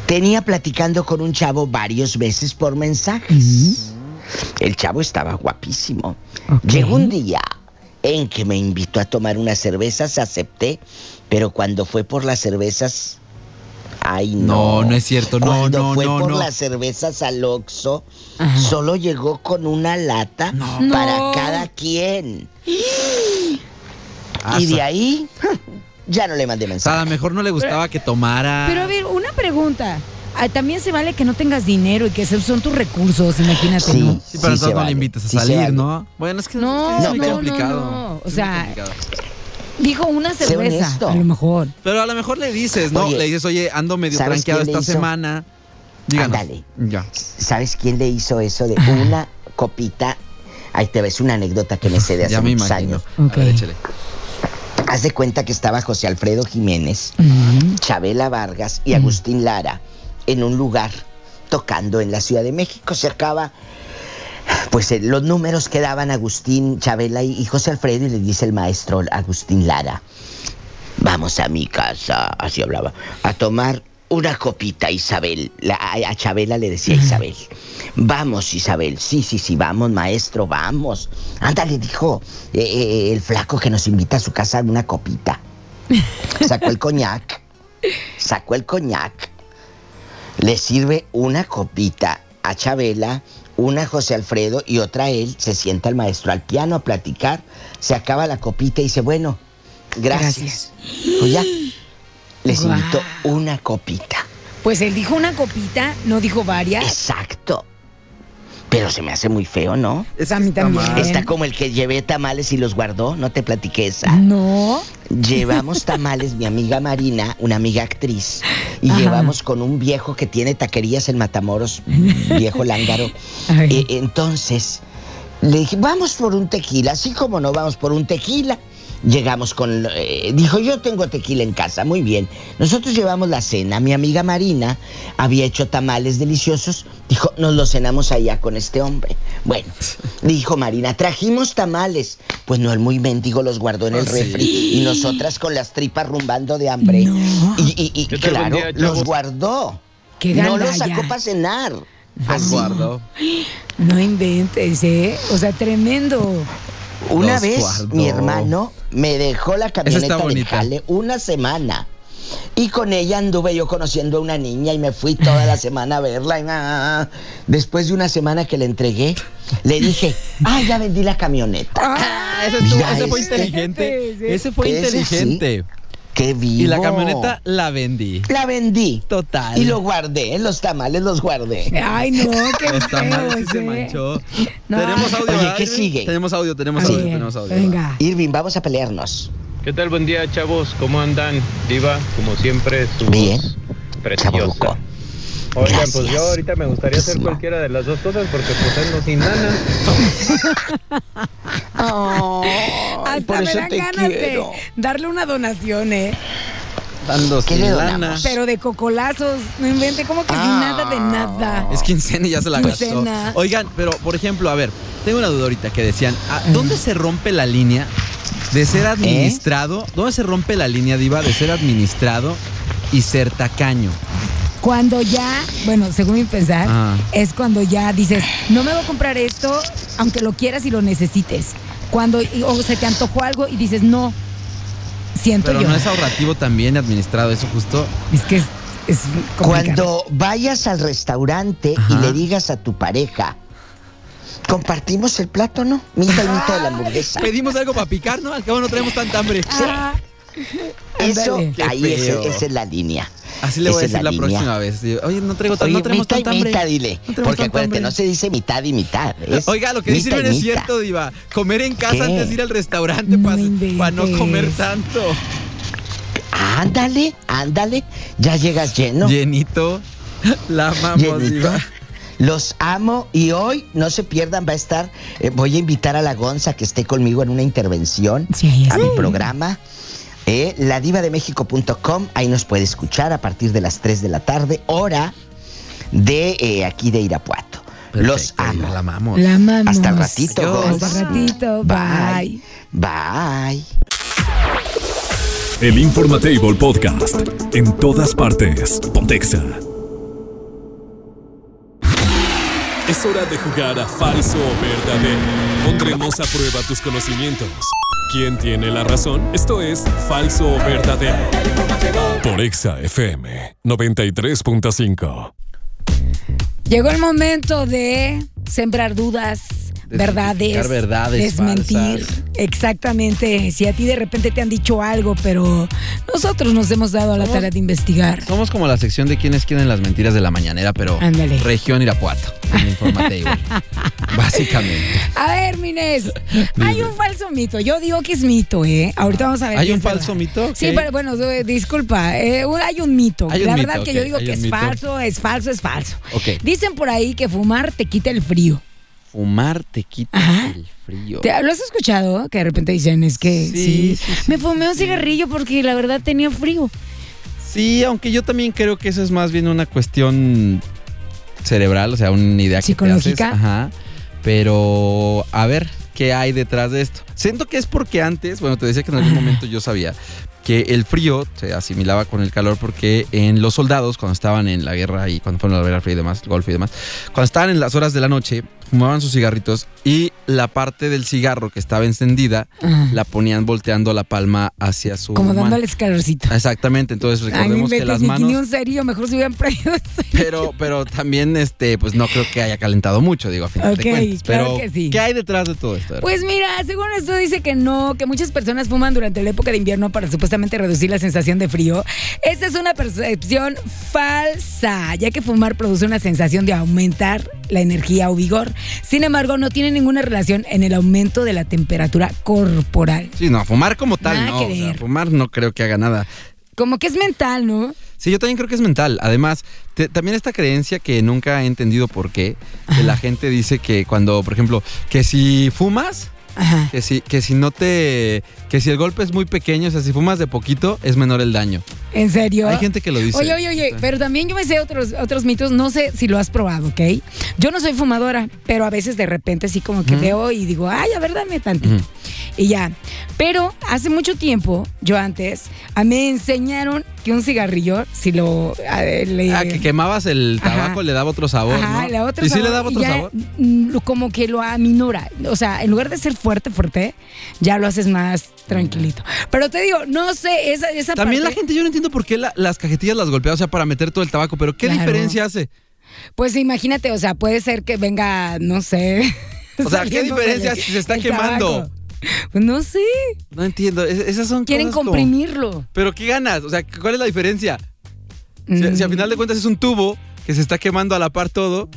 Tenía platicando con un chavo varios meses por mensajes. El chavo estaba guapísimo. Llegó un día en que me invitó a tomar unas cervezas, acepté, pero cuando fue por las cervezas... Ay, no.
No, no es cierto, no,
Cuando
no,
fue
no,
por
no.
las cervezas al Oxxo,
Ajá.
solo llegó con una lata
No.
para
No.
cada quien.
Asa.
Y de ahí ya no le mandé
Ah, O sea, a
mensaje.
lo mejor no le gustaba que tomara.
Pero a ver, una pregunta. Ah, También se vale que no tengas dinero y que esos son tus recursos, imagínate, ¿no?
Sí, pero
sí se
entonces no
vale,
le invitas a
sí se
salir,
vale.
¿no? Bueno, es que
No,
es muy
no, no,
complicado.
no. O
Es muy
sea,
complicado.
Dijo una
Sé
cerveza,
honesto.
a lo mejor.
Pero a lo mejor le dices, ¿no?
Oye,
le dices, oye, ando medio
¿sabes
tranqueado
quién le
esta
hizo?
semana. Díganos.
Ándale.
Ya.
¿Sabes quién le hizo eso de una copita? Ahí te ves una anécdota que me sé de hace
Ya me
muchos
imagino.
años.
Ok.
A ver, échale.
Haz de cuenta que estaba José Alfredo Jiménez, Chabela Vargas y Agustín Lara en un lugar tocando en la Ciudad de México. Se acaba, pues eh, los números que daban Agustín, Chabela y, y José Alfredo y le dice el maestro Agustín Lara, vamos a mi casa, así hablaba, a tomar una copita, Isabel. La- a, a Chabela le decía Isabel. Vamos, Isabel. Sí, sí, sí, vamos, maestro, vamos. Ándale, dijo eh, eh, el flaco que nos invita a su casa a una copita. Sacó el coñac. Sacó el coñac. Le sirve una copita a Chabela, una a José Alfredo y otra a él. Se sienta el maestro al piano a platicar. Se acaba la copita y dice, bueno, Gracias. Pues ya, les
Guau.
invito una copita.
Pues él dijo una copita, no dijo varias.
Exacto. Pero se me hace muy feo, ¿no?
a mí también.
Está como el que llevé tamales y los guardó, no te platiqué esa.
No.
Llevamos tamales, mi amiga Marina, una amiga actriz, y
Ajá.
llevamos con un viejo que tiene taquerías en Matamoros, viejo lángaro. Eh, entonces, le dije, vamos por un tequila, así como no vamos por un tequila. Llegamos con... eh, dijo, yo tengo tequila en casa, muy bien. Nosotros llevamos la cena, mi amiga Marina había hecho tamales deliciosos, dijo, nos los cenamos allá con este hombre. Bueno, dijo Marina, trajimos tamales. Pues no, el muy mendigo los guardó en el
Ah, sí.
refri y nosotras con las tripas rumbando de hambre. Y, y- y,
Yo te
claro,
vendía, chavos.
los guardó.
Qué
no los
gandalla.
sacó para cenar.
Los
guardó.
No inventes, ¿eh? O sea, tremendo.
Una
Los
vez
guardó.
mi hermano me dejó la
está
camioneta de
bonita.
jale una semana. Y con ella anduve yo conociendo a una niña y me fui toda la semana a verla. y na- Después de una semana que le entregué, le dije, ah, ya vendí la camioneta. Ah.
Ah.
Ese, estuvo-
Ya
ese fue
este-
inteligente. Ese fue
Ese sí.
inteligente.
Qué
Y la
vivo.
camioneta la vendí.
La vendí.
Total.
Y lo guardé, los tamales los guardé.
Ay, no, qué
Los tamales sí
feos,
se
¿eh?
manchó.
No.
Tenemos audio.
Oye,
¿verdad,
¿qué
Irving?
sigue?
Tenemos audio, tenemos
A
audio,
ver,
tenemos audio.
Venga.
Irving, vamos a pelearnos.
¿Qué tal? Buen día, chavos. ¿Cómo andan? Diva, como siempre, su Bien. preciosa. Oigan, pues yo ahorita me gustaría hacer cualquiera de las dos cosas porque pues ando sin nana.
Hasta
por
me
eso
dan
te
ganas
quiero.
de darle una donación, ¿eh?
Dando sin lana.
Pero de cocolazos. No invente, como que sin nada de nada.
Ah. Es quincena y ya se la gastó.
Quincena.
Oigan, pero por ejemplo, a ver, tengo una duda ahorita que decían, ¿a- ¿dónde se rompe la línea de
¿Eh?
ser administrado? ¿Dónde se rompe la línea diva de ser administrado y ser tacaño?
Cuando ya, bueno, según mi pensar,
Ah.
es cuando ya dices, no me voy a comprar esto, aunque lo quieras y lo necesites. Cuando y- o se te antojó algo y dices, no, siento
Pero
yo.
no es ahorrativo también administrado, eso justo.
Es que es,
Cuando vayas al restaurante y le digas a tu pareja, compartimos el plato, ¿no? Mitad y mitad de la hamburguesa.
Pedimos algo para picar, ¿no? Al cabo no tenemos tanta hambre.
Ah.
Eso,
Qué
ahí es,
feo.
esa es la línea.
Así le voy a
Esa es
decir la,
línea.
próxima vez. Digo, Oye, no traigo tan,
Oye,
no tenemos
mitad
tanta
y
hambre.
mitad, dile.
No tenemos
porque
tanta
acuérdate,
hambre.
no se dice mitad y mitad. es
Oiga, lo que dice
mitad y
Irving es
mitad.
cierto, Diva. Comer en casa
¿Qué?
antes de ir al restaurante para no comer tanto.
Ándale, ándale. Ya llegas lleno.
Llenito. La amamos, Diva.
Los amo y hoy, no se pierdan, va a estar, eh, voy a invitar a la Gonza que esté conmigo en una intervención a mi programa. Eh, ladivademexico.com, ahí nos puede escuchar a partir de las 3 de la tarde, hora de eh, aquí de Irapuato. Los amo. La
amamos.
La amamos.
Hasta el ratito. pues.
Hasta
Gonza.
ratito. Bye.
Bye.
El Informatable Podcast. En todas partes. Pontexa. Es hora de jugar a falso o verdadero. Pondremos a prueba tus conocimientos. ¿Quién tiene la razón? Esto es falso o verdadero. Por Exa FM 93.5.
Llegó el momento de sembrar dudas, verdades,
verdades
desmentir.
falsas.
Exactamente. Si a ti de repente te han dicho algo, pero nosotros nos hemos dado a la tarea de investigar.
Somos como la sección de quiénes quieren las mentiras de la mañanera, pero
Ándale.
región Irapuato. en Informatable. Básicamente.
A ver, Mines, hay un falso mito. Yo digo que es mito, ¿eh? Ahorita vamos a ver.
¿Hay
qué
un
es verdad.
falso mito? Ok.
Sí, pero bueno, eh, disculpa. eh, un- hay un mito.
Hay un
la
mito,
verdad que
ok,
yo digo
hay
que
un
es
mito.
falso, es falso, es falso.
Ok.
Dicen por ahí que fumar te quita el frío.
Fumar te quita el frío.
¿Te- ¿Lo has escuchado? Que de repente dicen, es que sí, me fumé un cigarrillo porque la verdad tenía frío.
Sí, aunque yo también creo que eso es más bien una cuestión cerebral, o sea, una idea que te haces,
Psicológica.
ajá. Pero a ver qué hay detrás de esto. Siento que es porque antes, bueno, te decía que en algún momento yo sabía que el frío se asimilaba con el calor porque en los soldados cuando estaban en la guerra y cuando fueron a la guerra fría y demás, el golfo y demás, cuando estaban en las horas de la noche fumaban sus cigarritos y la parte del cigarro que estaba encendida la ponían volteando la palma hacia su
Como
mano.
dándoles calorcito.
Exactamente, entonces
Ay, ni
Ah, recordemos que
metes
las
ni- Ni
manos
un cerillo, mejor se hubieran prendido.
pero pero también este pues no creo que haya calentado mucho, digo, a final
Ok,
de cuentas, pero
claro que sí.
¿qué hay detrás de todo esto?
Pues mira, según esto dice que no, que muchas personas fuman durante la época de invierno para supuestamente reducir la sensación de frío. Esta es una percepción falsa, ya que fumar produce una sensación de aumentar la energía o vigor. Sin embargo, no tiene ninguna relación en el aumento de la temperatura corporal.
Sí, no, fumar como tal,
Nada
no,
que
o sea,
ver.
fumar no creo que haga nada.
Como que es mental, ¿no?
Sí, yo también creo que es mental. Además, te- también esta creencia que nunca he entendido por qué, que la gente dice que cuando, por ejemplo, que si fumas, que si, que si no te, que si el golpe es muy pequeño, o sea, si fumas de poquito, es menor el daño.
¿En serio?
Hay gente que lo dice.
Oye, oye, oye, pero también yo me sé otros, otros mitos, no sé si lo has probado, ¿ok? Yo no soy fumadora, pero a veces de repente sí como que
Ujú.
veo y digo, ay, a ver, dame tantito. Y ya. Pero hace mucho tiempo, yo antes, a mí me enseñaron que un cigarrillo, si lo... a- le-
Ah, que quemabas el tabaco, le daba otro sabor,
Ajá,
¿no?
le da otro
¿Y sí
sabor,
le daba
y
otro
ya,
sabor?
mm, lo- Como que lo aminora. O sea, en lugar de ser fuerte, fuerte, ya lo haces más tranquilito. Pero te digo, no sé, esa, esa
También
parte-
la gente, yo no entiendo por qué la- las cajetillas las golpeaba, o sea, para meter todo el tabaco, pero ¿qué
Claro.
diferencia hace?
Pues imagínate, o sea, puede ser que venga, no sé.
O sea, ¿qué
saliéndose
diferencia
el-
si se está
el
quemando?
tabaco. Pues no sé.
No entiendo, es- esas son
Quieren
cosas como-
comprimirlo.
¿Pero qué ganas? O sea, ¿cuál es la diferencia? Si,
Mm.
si al final de cuentas es un tubo que se está quemando a la par todo.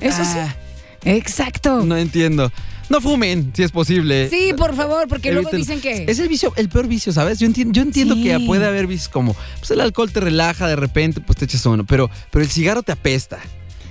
Eso sí. Exacto.
Ah. No eh, entiendo. No fumen, si es posible.
Oh. Sí, por favor, porque luego
Evítenlo.
dicen que.
Es el vicio, el peor vicio, ¿sabes? Yo entiendo, yo entiendo
Sí.
que puede haber vicios como, pues el alcohol te relaja, de repente, pues te echas uno, pero, pero el cigarro te apesta.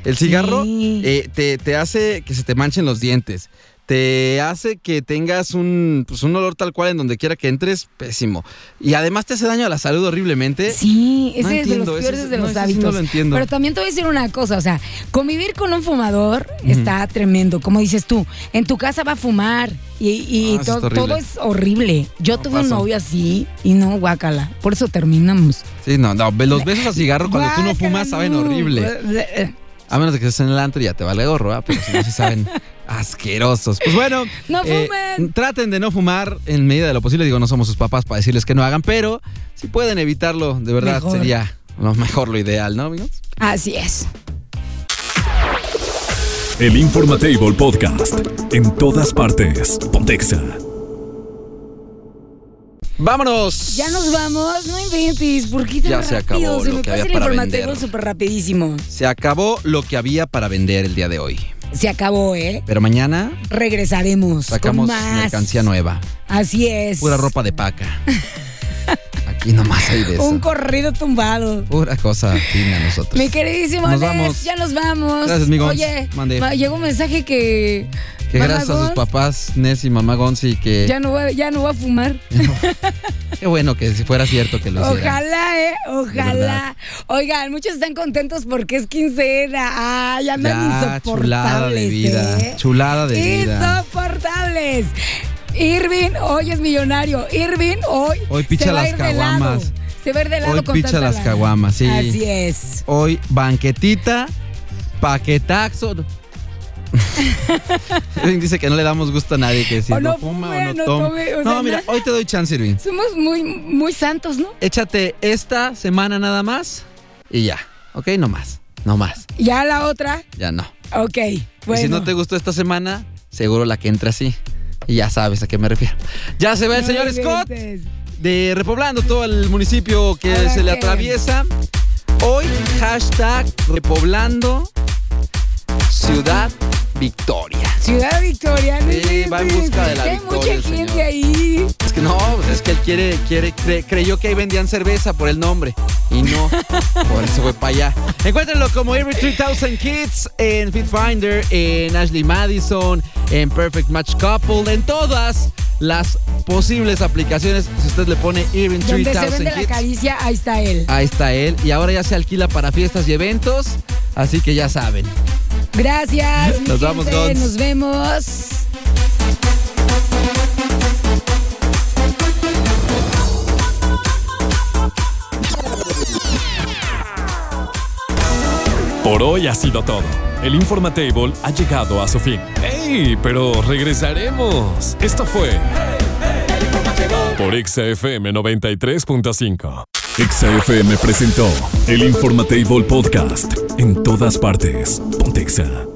El cigarro eh, te, te hace que se te manchen los dientes. Te hace que tengas un, pues, un olor tal cual en donde quiera que entres, pésimo. Y además te hace daño a la salud horriblemente.
Sí, ese
No
es de los
entiendo, ese
peores
es-
de
no,
los
ese sí
hábitos.
no lo entiendo.
Pero también te voy a decir una cosa, o sea, convivir con un fumador está tremendo. Como dices tú, en tu casa va a fumar y, y
Ah, eso
to-
está horrible.
todo es horrible. Yo tuve un
paso.
novio así y no, guácala. Por eso terminamos.
Sí, no, no, los besos a cigarro cuando tú no fumas saben horrible. A menos de que estés en el antro y ya te vale gorro, ¿ah? pero si no, sí saben asquerosos. Pues bueno,
No
eh, traten de no fumar en medida de lo posible. Digo, no somos sus papás para decirles que no hagan, pero si pueden evitarlo, de verdad
Mejor.
sería lo mejor, lo ideal, ¿no, amigos?
Así es.
El Informatable Podcast. En todas partes. Pontexa.
¡Vámonos!
Ya nos vamos, no inventes, ¿por qué tan
Ya se acabó
rápido? se
lo
me
que
pasa
había
el
para
informativo
vender.
súper rapidísimo.
Se acabó lo que había para vender el día de hoy.
Se acabó, ¿eh?
Pero mañana
Regresaremos
sacamos
con más.
mercancía nueva.
Así es.
Pura ropa de paca. Aquí nomás hay de eso.
Un corrido tumbado.
Pura cosa fina nosotros.
Mi queridísimo
Nos
Alex,
vamos.
ya nos vamos.
Gracias, mi Gonz.
Oye,
Mande.
ma- llegó un mensaje que.
Que
Mamá
gracias a sus
Gonz,
papás, Ness y mamá Gonzi, que
Ya no, va, ya no va a fumar.
qué bueno que si fuera cierto que lo hicieran.
Ojalá, ¿eh?
De
Ojalá.
verdad.
Oigan, muchos están contentos porque es quincena. Ay, andan
Ya,
insoportables.
chulada de vida.
¿eh?
Chulada de vida.
Insoportables. Irving hoy es millonario. Irving hoy.
Hoy picha
se va a
las
ir de lado.
caguamas.
Se va a ir de lado
Hoy
con
picha
tanta
las
lana.
caguamas, sí.
Así es.
Hoy banquetita, paquetaxo. Irving dice que no le damos gusto a nadie que si
O
no,
no
fuma
fume,
o
no
no toma.
tome, o sea,
no, mira,
na-
hoy te doy chance, Irving.
Somos muy, muy santos, ¿no?
Échate esta semana nada más y ya. ¿Ok? No más. No más.
Ya la otra.
Ya no.
Ok.
Y
Bueno.
si no te gustó esta semana, seguro la que entra sí. Y ya sabes a qué me refiero. Ya se ve el
No
señor Scott
inventes.
de repoblando todo el municipio que
Ahora
se le
qué.
atraviesa. Hoy, hashtag repoblando Ciudad Victoria.
Ciudad Victoria, no
Sí,
inventes.
va en busca de la
Que
victoria,
Hay
el
mucha gente
señor.
ahí.
Es que no, pues es que él quiere, quiere, cre- creyó que ahí vendían cerveza por el nombre. Y no, por eso fue para allá. Encuéntrenlo como Every 3000 Kids en FitFinder, en Ashley Madison, en Perfect Match Couple, en todas las posibles aplicaciones. Si usted le pone Irving
Donde se
3000
vende la
Kids,
caricia, ahí está él.
ahí está él. Y ahora ya se alquila para fiestas y eventos. Así que ya saben.
Gracias. mi
Nos vamos,
gente,
Gonz.
Nos vemos.
Por hoy ha sido todo. El Informatable ha llegado a su fin. ¡Ey! Pero regresaremos. Esto fue. Por XFM 93.5.
XFM presentó el Informatable Podcast. En todas partes. Pontexa.